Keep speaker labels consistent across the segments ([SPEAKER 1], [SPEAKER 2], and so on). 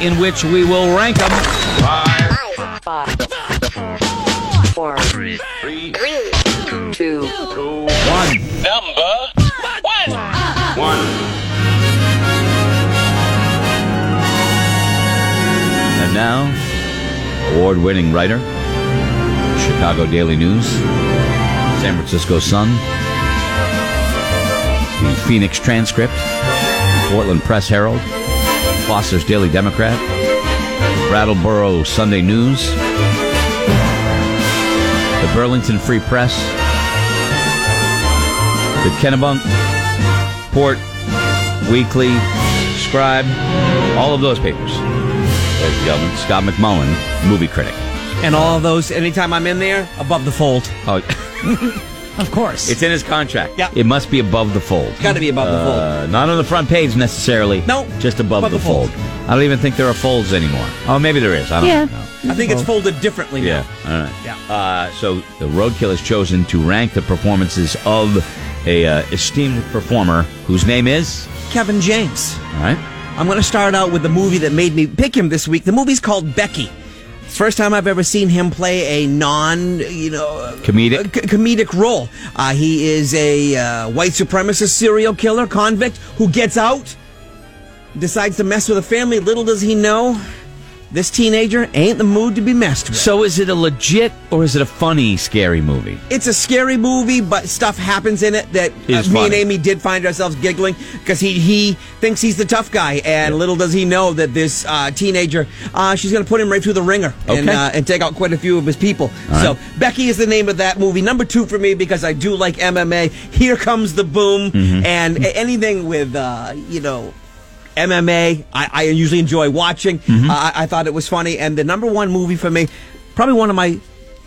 [SPEAKER 1] in which we will rank them.
[SPEAKER 2] Five, four, three, two,
[SPEAKER 1] One.
[SPEAKER 3] Number one.
[SPEAKER 1] And now, award winning writer, Chicago Daily News, San Francisco Sun, the Phoenix Transcript, Portland Press Herald, Foster's Daily Democrat, Brattleboro Sunday News, the Burlington Free Press, the Kennebunk, Port, Weekly, Scribe, all of those papers ladies and gentlemen, Scott McMullen, movie critic.
[SPEAKER 4] and all of those. Anytime I'm in there, above the fold.
[SPEAKER 1] Oh,
[SPEAKER 4] Of course,
[SPEAKER 1] it's in his contract.
[SPEAKER 4] Yeah.
[SPEAKER 1] It must be above the fold.
[SPEAKER 4] got to be above the fold.
[SPEAKER 1] Uh, not on the front page necessarily.
[SPEAKER 4] No,
[SPEAKER 1] Just above, the, fold. I don't even think there are folds anymore. Oh, maybe there is. I don't
[SPEAKER 5] Yeah.
[SPEAKER 1] know.
[SPEAKER 4] I think it's folded differently. now.
[SPEAKER 1] Yeah. All right.
[SPEAKER 4] Yeah.
[SPEAKER 1] Uh, so the Roadkill has chosen to rank the performances of a uh, esteemed performer whose name is.
[SPEAKER 4] Kevin James.
[SPEAKER 1] All right.
[SPEAKER 4] I'm going to start out with the movie that made me pick him this week. The movie's called Becky. It's the First time I've ever seen him play a non, you know,
[SPEAKER 1] Comedic?
[SPEAKER 4] a c- comedic role. Uh, he is a uh, white supremacist serial killer convict who gets out, decides to mess with a family. Little does he know, this teenager ain't the mood to be messed with.
[SPEAKER 1] So is it a legit or is it a funny, scary movie?
[SPEAKER 4] it's a scary movie, but stuff happens in it that uh,
[SPEAKER 1] Is
[SPEAKER 4] me and
[SPEAKER 1] funny.
[SPEAKER 4] Amy did find ourselves giggling because he he thinks he's the tough guy, and little does he know that this uh, teenager uh, she's going to put him right through the ringer and
[SPEAKER 1] Okay.
[SPEAKER 4] uh, and take out quite a few of his people.
[SPEAKER 1] All
[SPEAKER 4] so
[SPEAKER 1] right.
[SPEAKER 4] Becky is the name of that movie. Number two for me because I do like MMA. Here comes the boom,
[SPEAKER 1] Mm-hmm.
[SPEAKER 4] and a- anything with uh, you know. MMA, I, I usually enjoy watching.
[SPEAKER 1] Mm-hmm.
[SPEAKER 4] Uh, I, I thought it was funny. And the number one movie for me, probably one of my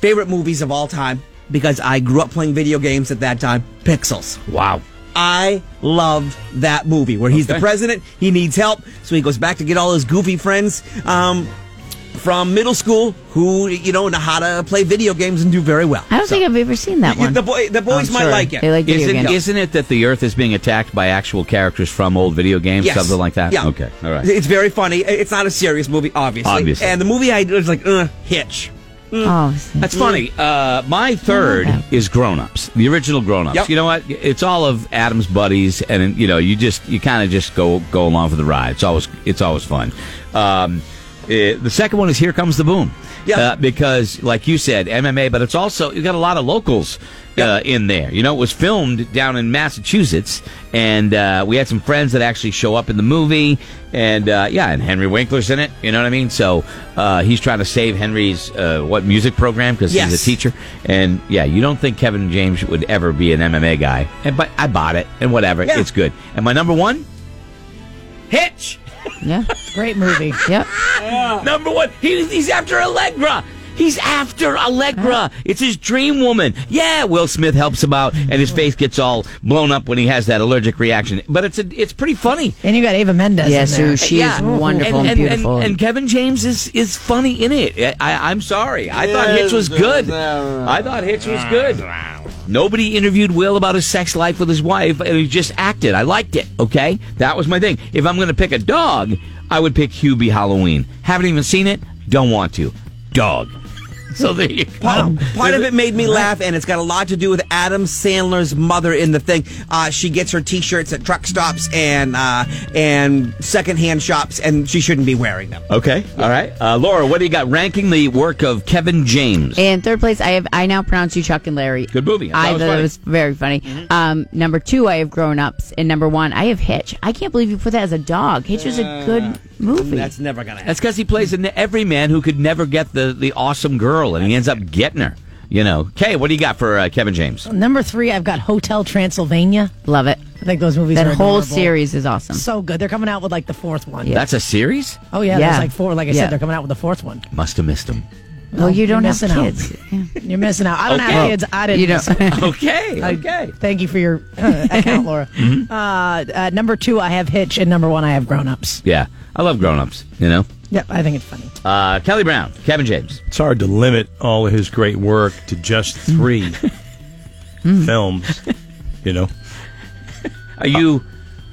[SPEAKER 4] favorite movies of all time, because I grew up playing video games at that time Pixels.
[SPEAKER 1] Wow.
[SPEAKER 4] I loved that movie where he's
[SPEAKER 1] Okay.
[SPEAKER 4] the president, he needs help, so he goes back to get all his goofy friends. Um, from middle school, who you know know how to play video games and do very well.
[SPEAKER 5] I don't
[SPEAKER 4] So-
[SPEAKER 5] think I've ever seen that
[SPEAKER 4] Y-
[SPEAKER 5] one.
[SPEAKER 4] The boy, the boys
[SPEAKER 1] I'm
[SPEAKER 4] might
[SPEAKER 1] sure.
[SPEAKER 4] like it.
[SPEAKER 5] They like video
[SPEAKER 1] Isn't,
[SPEAKER 5] games.
[SPEAKER 1] isn't it that the Earth is being attacked by actual characters from old video games,
[SPEAKER 4] Yes.
[SPEAKER 1] something like that?
[SPEAKER 4] Yeah.
[SPEAKER 1] Okay, all right.
[SPEAKER 4] It's very funny. It's not a serious movie, obviously.
[SPEAKER 1] Obviously.
[SPEAKER 4] And the movie I was like, uh, Hitch.
[SPEAKER 5] oh, see.
[SPEAKER 1] That's funny. Uh, my third
[SPEAKER 5] Okay.
[SPEAKER 1] is Grown Ups, the original Grown Ups.
[SPEAKER 4] Yep.
[SPEAKER 1] You know what? It's all of Adam's buddies, and you know, you just you kind of just go go along for the ride. It's always it's always fun. Um, eh, the second one is Here Comes the Boom.
[SPEAKER 4] Yeah.
[SPEAKER 1] Uh, because, like you said, MMA, but it's also you got a lot of locals uh,
[SPEAKER 4] Yep.
[SPEAKER 1] in there. You know, it was filmed down in Massachusetts, and uh, we had some friends that actually show up in the movie, and uh, yeah, and Henry Winkler's in it. You know what I mean? So uh, he's trying to save Henry's uh, what music program because he's
[SPEAKER 4] Yes.
[SPEAKER 1] a teacher, and yeah, you don't think Kevin James would ever be an MMA guy, and but I bought it, and whatever,
[SPEAKER 4] Yeah.
[SPEAKER 1] it's good. And my number one, Hitch.
[SPEAKER 5] Yeah. Great movie. Yep.
[SPEAKER 1] Number one, he, he's after Allegra. He's after Allegra. It's his dream woman. Yeah, Will Smith helps him out, and his face gets all blown up when he has that allergic reaction. But it's a, it's pretty funny.
[SPEAKER 6] And you got Ava Mendez.
[SPEAKER 5] Yes,
[SPEAKER 6] in
[SPEAKER 5] who
[SPEAKER 6] there.
[SPEAKER 5] she is wonderful and,
[SPEAKER 1] and,
[SPEAKER 5] beautiful.
[SPEAKER 1] And, Kevin James is, is funny in it. I, I, I'm sorry. I thought Hitch was good. I thought Hitch was good. Nobody interviewed Will about his sex life with his wife, and he just acted. I liked it, okay? That was my thing. If I'm going to pick a dog, I would pick Hubie Halloween. Haven't even seen it, don't want to. Dog. So there you go.
[SPEAKER 4] Part, part of it made me laugh, and it's got a lot to do with Adam Sandler's mother in the thing. Uh, she gets her T-shirts at truck stops and uh, and secondhand shops, and she shouldn't be wearing them.
[SPEAKER 1] Okay, all right. Uh, Laura, what do you got ranking the work of Kevin James?
[SPEAKER 5] And third place, I have I now pronounce you Chuck and Larry.
[SPEAKER 1] Good movie. I thought
[SPEAKER 5] I
[SPEAKER 1] it was
[SPEAKER 5] thought
[SPEAKER 1] funny.
[SPEAKER 5] it was very funny. Um, number two, I have Grown Ups, and number one, I have Hitch. I can't believe you put that as a dog. Hitch was a good movie.
[SPEAKER 4] That's never gonna happen.
[SPEAKER 1] That's because he plays an everyman who could never get the, the awesome girl, and he ends up getting her. You know, Kay, what do you got for uh, Kevin James?
[SPEAKER 6] Number three, I've got Hotel Transylvania.
[SPEAKER 5] Love it.
[SPEAKER 6] I think those movies
[SPEAKER 5] That
[SPEAKER 6] are
[SPEAKER 5] whole
[SPEAKER 6] adorable.
[SPEAKER 5] series is awesome.
[SPEAKER 6] So good. They're coming out with like the fourth one.
[SPEAKER 1] That's a series.
[SPEAKER 6] Oh yeah,
[SPEAKER 5] Yeah.
[SPEAKER 6] there's like four. Like I
[SPEAKER 5] Yeah.
[SPEAKER 6] said, they're coming out with the fourth one.
[SPEAKER 1] Must have missed him.
[SPEAKER 5] oh, you don't
[SPEAKER 6] You're
[SPEAKER 5] have
[SPEAKER 6] missing out.
[SPEAKER 5] kids. Yeah.
[SPEAKER 6] You're missing out. I don't
[SPEAKER 1] Okay.
[SPEAKER 6] have kids. I didn't.
[SPEAKER 5] You don't.
[SPEAKER 1] Okay, okay.
[SPEAKER 6] Thank you for your uh, account, Laura.
[SPEAKER 5] Mm-hmm.
[SPEAKER 6] uh, uh, number two, I have Hitch, and number one, I have Grown Ups.
[SPEAKER 1] Yeah, I love grown ups. You know,
[SPEAKER 6] Yep, I think it's funny.
[SPEAKER 1] uh, Kelly Brown, Kevin James.
[SPEAKER 7] It's hard to limit all of his great work to just
[SPEAKER 1] Mm.
[SPEAKER 7] three films, you know.
[SPEAKER 1] Are you,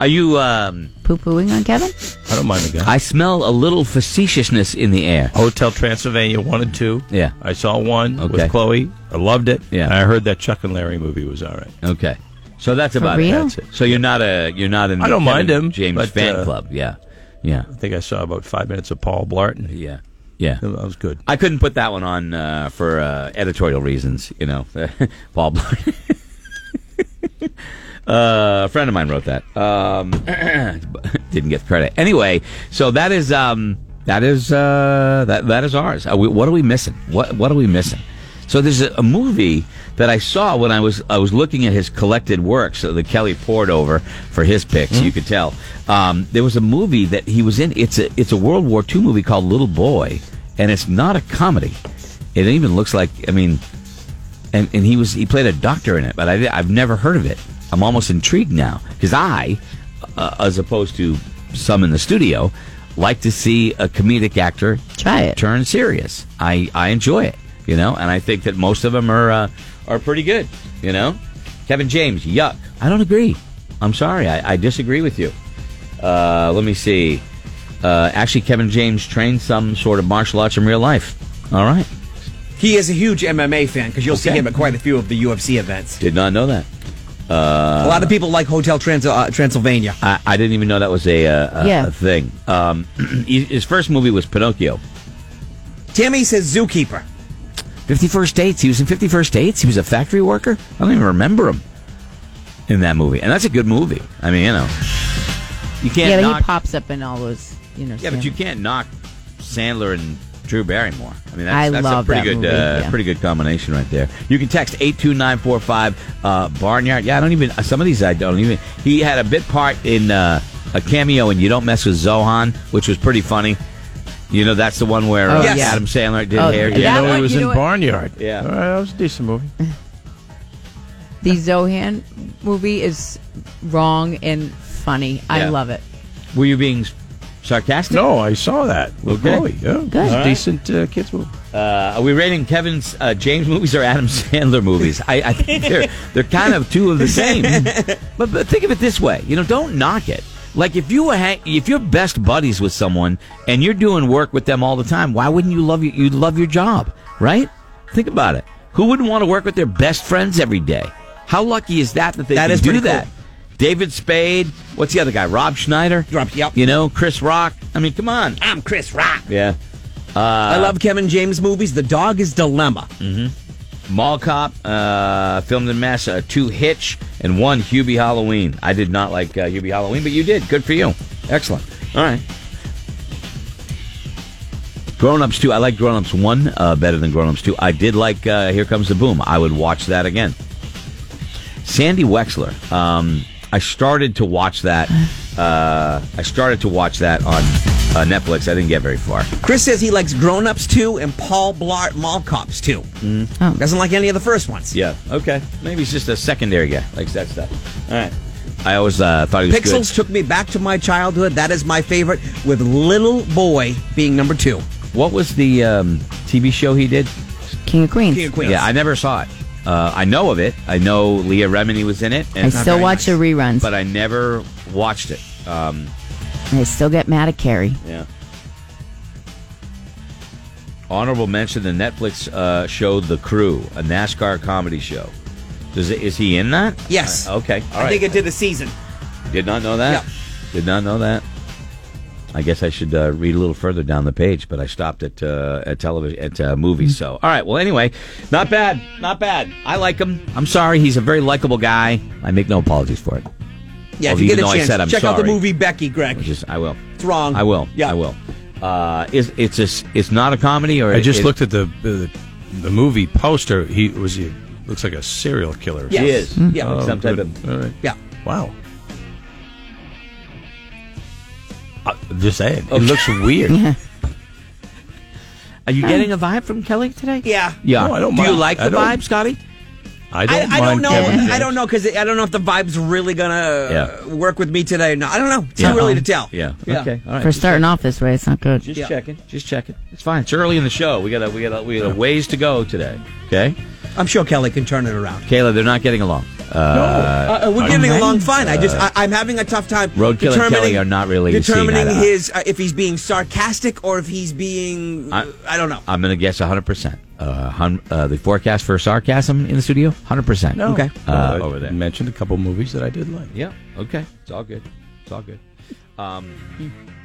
[SPEAKER 1] are you? Um,
[SPEAKER 5] Poo pooing on Kevin?
[SPEAKER 7] I don't don't mind the guy.
[SPEAKER 1] I smell a little facetiousness in the air.
[SPEAKER 7] Hotel Transylvania one and two.
[SPEAKER 1] Yeah.
[SPEAKER 7] I saw one
[SPEAKER 1] Okay.
[SPEAKER 7] with Chloe. I loved it.
[SPEAKER 1] Yeah.
[SPEAKER 7] and I heard that Chuck and Larry movie was all right.
[SPEAKER 1] Okay, so that's about
[SPEAKER 5] real?
[SPEAKER 1] it. That's it. So you're not a you're not in.
[SPEAKER 7] I
[SPEAKER 1] the
[SPEAKER 7] don't mind
[SPEAKER 1] Kevin
[SPEAKER 7] him,
[SPEAKER 1] James
[SPEAKER 7] but,
[SPEAKER 1] fan
[SPEAKER 7] uh,
[SPEAKER 1] club. Yeah, yeah,
[SPEAKER 7] I think I saw about five minutes of Paul Blart.
[SPEAKER 1] yeah, yeah.
[SPEAKER 7] That was good.
[SPEAKER 1] I couldn't put that one on uh, for uh, editorial reasons, you know. Paul Blart. uh, a friend of mine wrote that. Um, didn't get the credit. Anyway, so that is um, that is uh, that that is ours. Uh, we, what are we missing? What what are we missing? So there's a, a movie that I saw when I was I was looking at his collected works that Kelly poured over for his picks. You could tell um, there was a movie that he was in. It's a it's a World War II movie called Little Boy, and it's not a comedy. It even looks like I mean and, and he was he played a doctor in it, but I, I've never heard of it. I'm almost intrigued now because I, uh, as opposed to some in the studio, like to see a comedic actor
[SPEAKER 5] Try it.
[SPEAKER 1] turn serious. I, I enjoy it, you know, and I think that most of them are uh, are pretty good, you know. Kevin James, yuck. I don't agree. I'm sorry, I, I disagree with you. Uh, let me see. Uh, actually, Kevin James trained some sort of martial arts in real life. All right,
[SPEAKER 4] He is a huge MMA fan because you'll see
[SPEAKER 1] Okay.
[SPEAKER 4] him at quite a few of the UFC events.
[SPEAKER 1] did not know that. Uh.
[SPEAKER 4] a lot of people like Hotel Trans- uh, Transylvania.
[SPEAKER 1] I, I didn't even know that was a, uh, a,
[SPEAKER 5] Yeah.
[SPEAKER 1] a thing. Um, his his first movie was Pinocchio.
[SPEAKER 4] Tammy says Zookeeper.
[SPEAKER 1] 51st Dates. He was in 51st Dates. He was a factory worker. I don't even remember him in that movie. And that's a good movie. I mean, you know. You can't
[SPEAKER 5] Yeah, but
[SPEAKER 1] knock.
[SPEAKER 5] he pops up in all those, you know.
[SPEAKER 1] yeah, but you can't knock Sandler and Drew Barrymore. I mean, that's,
[SPEAKER 5] I
[SPEAKER 1] that's
[SPEAKER 5] love
[SPEAKER 1] a pretty
[SPEAKER 5] that
[SPEAKER 1] good,
[SPEAKER 5] movie,
[SPEAKER 1] uh,
[SPEAKER 5] yeah.
[SPEAKER 1] pretty good combination right there. You can text eight two nine four five uh, Barnyard. Yeah, I don't even. uh, Some of these I don't even. He had a bit part in uh, a cameo in You Don't Mess with Zohan, which was pretty funny. You know, that's the one where uh,
[SPEAKER 5] Oh, Yes.
[SPEAKER 1] Adam Sandler did
[SPEAKER 5] Oh,
[SPEAKER 1] hair.
[SPEAKER 5] that
[SPEAKER 1] Yeah,
[SPEAKER 5] one-
[SPEAKER 7] No, he was
[SPEAKER 5] you
[SPEAKER 7] in
[SPEAKER 5] know what?
[SPEAKER 7] Barnyard.
[SPEAKER 1] Yeah.
[SPEAKER 7] All right, that was a decent movie.
[SPEAKER 5] the Zohan movie is wrong and funny. I
[SPEAKER 1] Yeah.
[SPEAKER 5] love it.
[SPEAKER 1] were you being sarcastic?
[SPEAKER 7] No, I saw that with
[SPEAKER 1] Okay.
[SPEAKER 7] Chloe. Yeah, It was a decent uh, kids movie.
[SPEAKER 1] Uh, are we rating Kevin's uh, James movies or Adam Sandler movies? I, I think they're they're kind of two of the same. But, but think of it this way, you know, don't knock it. Like if you were hang- if you're best buddies with someone and you're doing work with them all the time, why wouldn't you love your you love your job, right? Think about it. Who wouldn't want to work with their best friends every day? How lucky is that that they
[SPEAKER 4] That
[SPEAKER 1] can
[SPEAKER 4] is
[SPEAKER 1] do
[SPEAKER 4] pretty cool.
[SPEAKER 1] that? David Spade, what's the other guy? Rob Schneider,
[SPEAKER 4] Rob- yep.
[SPEAKER 1] you know, Chris Rock. I mean, come on,
[SPEAKER 4] I'm Chris Rock.
[SPEAKER 1] yeah.
[SPEAKER 4] I love Kevin James movies. The Dog is Dilemma.
[SPEAKER 1] Mm. Mall Cop, uh, filmed in Mass, uh, two Hitch, and one Hubie Halloween. I did not like uh, Hubie Halloween, but you did. Good for you. Excellent. All right. Grown Ups 2. I like Grown Ups 1 uh, better than Grown Ups 2. I did like uh, Here Comes the Boom. I would watch that again. Sandy Wexler. Um, I started to watch that. Uh, I started to watch that on uh, Netflix. I didn't get very far.
[SPEAKER 4] Chris says he likes Grown Ups 2 and Paul Blart Mall Cops 2.
[SPEAKER 1] Mm.
[SPEAKER 5] Oh.
[SPEAKER 4] Doesn't like any of the first ones.
[SPEAKER 1] Yeah. Okay. Maybe he's just a secondary guy, likes that stuff. All right. I always uh, thought he was
[SPEAKER 4] Pixels took me back to my childhood. That is my favorite, with Little Boy being number two.
[SPEAKER 1] good. What was the um, TV show he did?
[SPEAKER 5] King of Queens.
[SPEAKER 4] King of Queens.
[SPEAKER 1] Yeah, I never saw it. Uh, I know of it. I know Leah Remini was in it,
[SPEAKER 5] I
[SPEAKER 1] and
[SPEAKER 5] still watch the reruns.
[SPEAKER 1] but I never watched it. Um,
[SPEAKER 5] and I still get mad at Carrie.
[SPEAKER 1] yeah. Honorable mention: the Netflix uh, show "The Crew," a NASCAR comedy show. Does it, is he in that?
[SPEAKER 4] Yes.
[SPEAKER 1] Uh, okay. All right.
[SPEAKER 4] I think it did a season.
[SPEAKER 1] Did not know that.
[SPEAKER 4] Yep.
[SPEAKER 1] Did not know that. I guess I should uh, read a little further down the page, but I stopped at uh, at television at uh, movies. So, all right. Well, anyway, not bad, not bad. I like him. I'm sorry, he's a very likable guy. I make no apologies for it.
[SPEAKER 4] Yeah,
[SPEAKER 1] Well,
[SPEAKER 4] if you
[SPEAKER 1] even
[SPEAKER 4] get a
[SPEAKER 1] though I
[SPEAKER 4] chance,
[SPEAKER 1] said I'm
[SPEAKER 4] check out the
[SPEAKER 1] sorry.
[SPEAKER 4] movie Becky,
[SPEAKER 1] Which
[SPEAKER 4] Greg.
[SPEAKER 1] is, I will.
[SPEAKER 4] It's wrong.
[SPEAKER 1] I will.
[SPEAKER 4] Yeah.
[SPEAKER 1] I will. Uh, is it's a, it's not a comedy or
[SPEAKER 7] I just
[SPEAKER 1] it-
[SPEAKER 7] looked at the, the the movie poster. He was he looks like a serial killer.
[SPEAKER 1] It
[SPEAKER 4] Yes.
[SPEAKER 1] is Oh,
[SPEAKER 4] Yeah.
[SPEAKER 1] Like some type
[SPEAKER 7] Good.
[SPEAKER 1] of
[SPEAKER 7] All right.
[SPEAKER 4] Yeah.
[SPEAKER 7] Wow. Uh, just saying, it looks weird.
[SPEAKER 1] Are you getting a vibe from Kelly today?
[SPEAKER 4] Yeah.
[SPEAKER 1] Yeah.
[SPEAKER 7] No, I don't
[SPEAKER 1] Do you
[SPEAKER 7] mind.
[SPEAKER 1] like
[SPEAKER 7] I
[SPEAKER 1] the
[SPEAKER 7] don't-
[SPEAKER 1] vibe, Scotty?
[SPEAKER 7] I
[SPEAKER 4] I,
[SPEAKER 7] don't
[SPEAKER 4] I
[SPEAKER 7] mind
[SPEAKER 4] don't know.
[SPEAKER 7] Kevin James.
[SPEAKER 4] I don't know because I don't know if the vibe's really gonna uh,
[SPEAKER 1] Yeah.
[SPEAKER 4] work with me today or not. I don't know. It's
[SPEAKER 1] Yeah. Uh-huh.
[SPEAKER 4] too early to tell.
[SPEAKER 1] Yeah.
[SPEAKER 4] Yeah.
[SPEAKER 1] Okay. All right.
[SPEAKER 5] For starting off this way, it's not good.
[SPEAKER 1] Just
[SPEAKER 4] Yeah.
[SPEAKER 1] checking. Just checking. It's fine. It's early in the show. We got a, we got a, we got a ways to go today. Okay.
[SPEAKER 4] I'm sure Kelly can turn it around.
[SPEAKER 1] Kayla, they're not getting along. Uh,
[SPEAKER 4] Uh, we're
[SPEAKER 1] I-
[SPEAKER 4] getting
[SPEAKER 1] I-
[SPEAKER 4] along fine. I just I, I'm having a tough time.
[SPEAKER 1] Roadkill Uh, and Kelly
[SPEAKER 4] determining-
[SPEAKER 1] are not really seeing
[SPEAKER 4] determining
[SPEAKER 1] eye to eye.
[SPEAKER 4] his uh, if he's being sarcastic or if he's being I,
[SPEAKER 1] I-
[SPEAKER 4] don't know.
[SPEAKER 1] I'm going to guess 100%. Uh, hun- uh, the forecast for sarcasm in the studio, 100%.
[SPEAKER 7] No.
[SPEAKER 1] Okay.
[SPEAKER 7] No,
[SPEAKER 1] Uh,
[SPEAKER 7] I
[SPEAKER 1] over there.
[SPEAKER 7] Mentioned a couple movies that I did like.
[SPEAKER 1] Yeah. Okay. It's all good. It's all good. Um,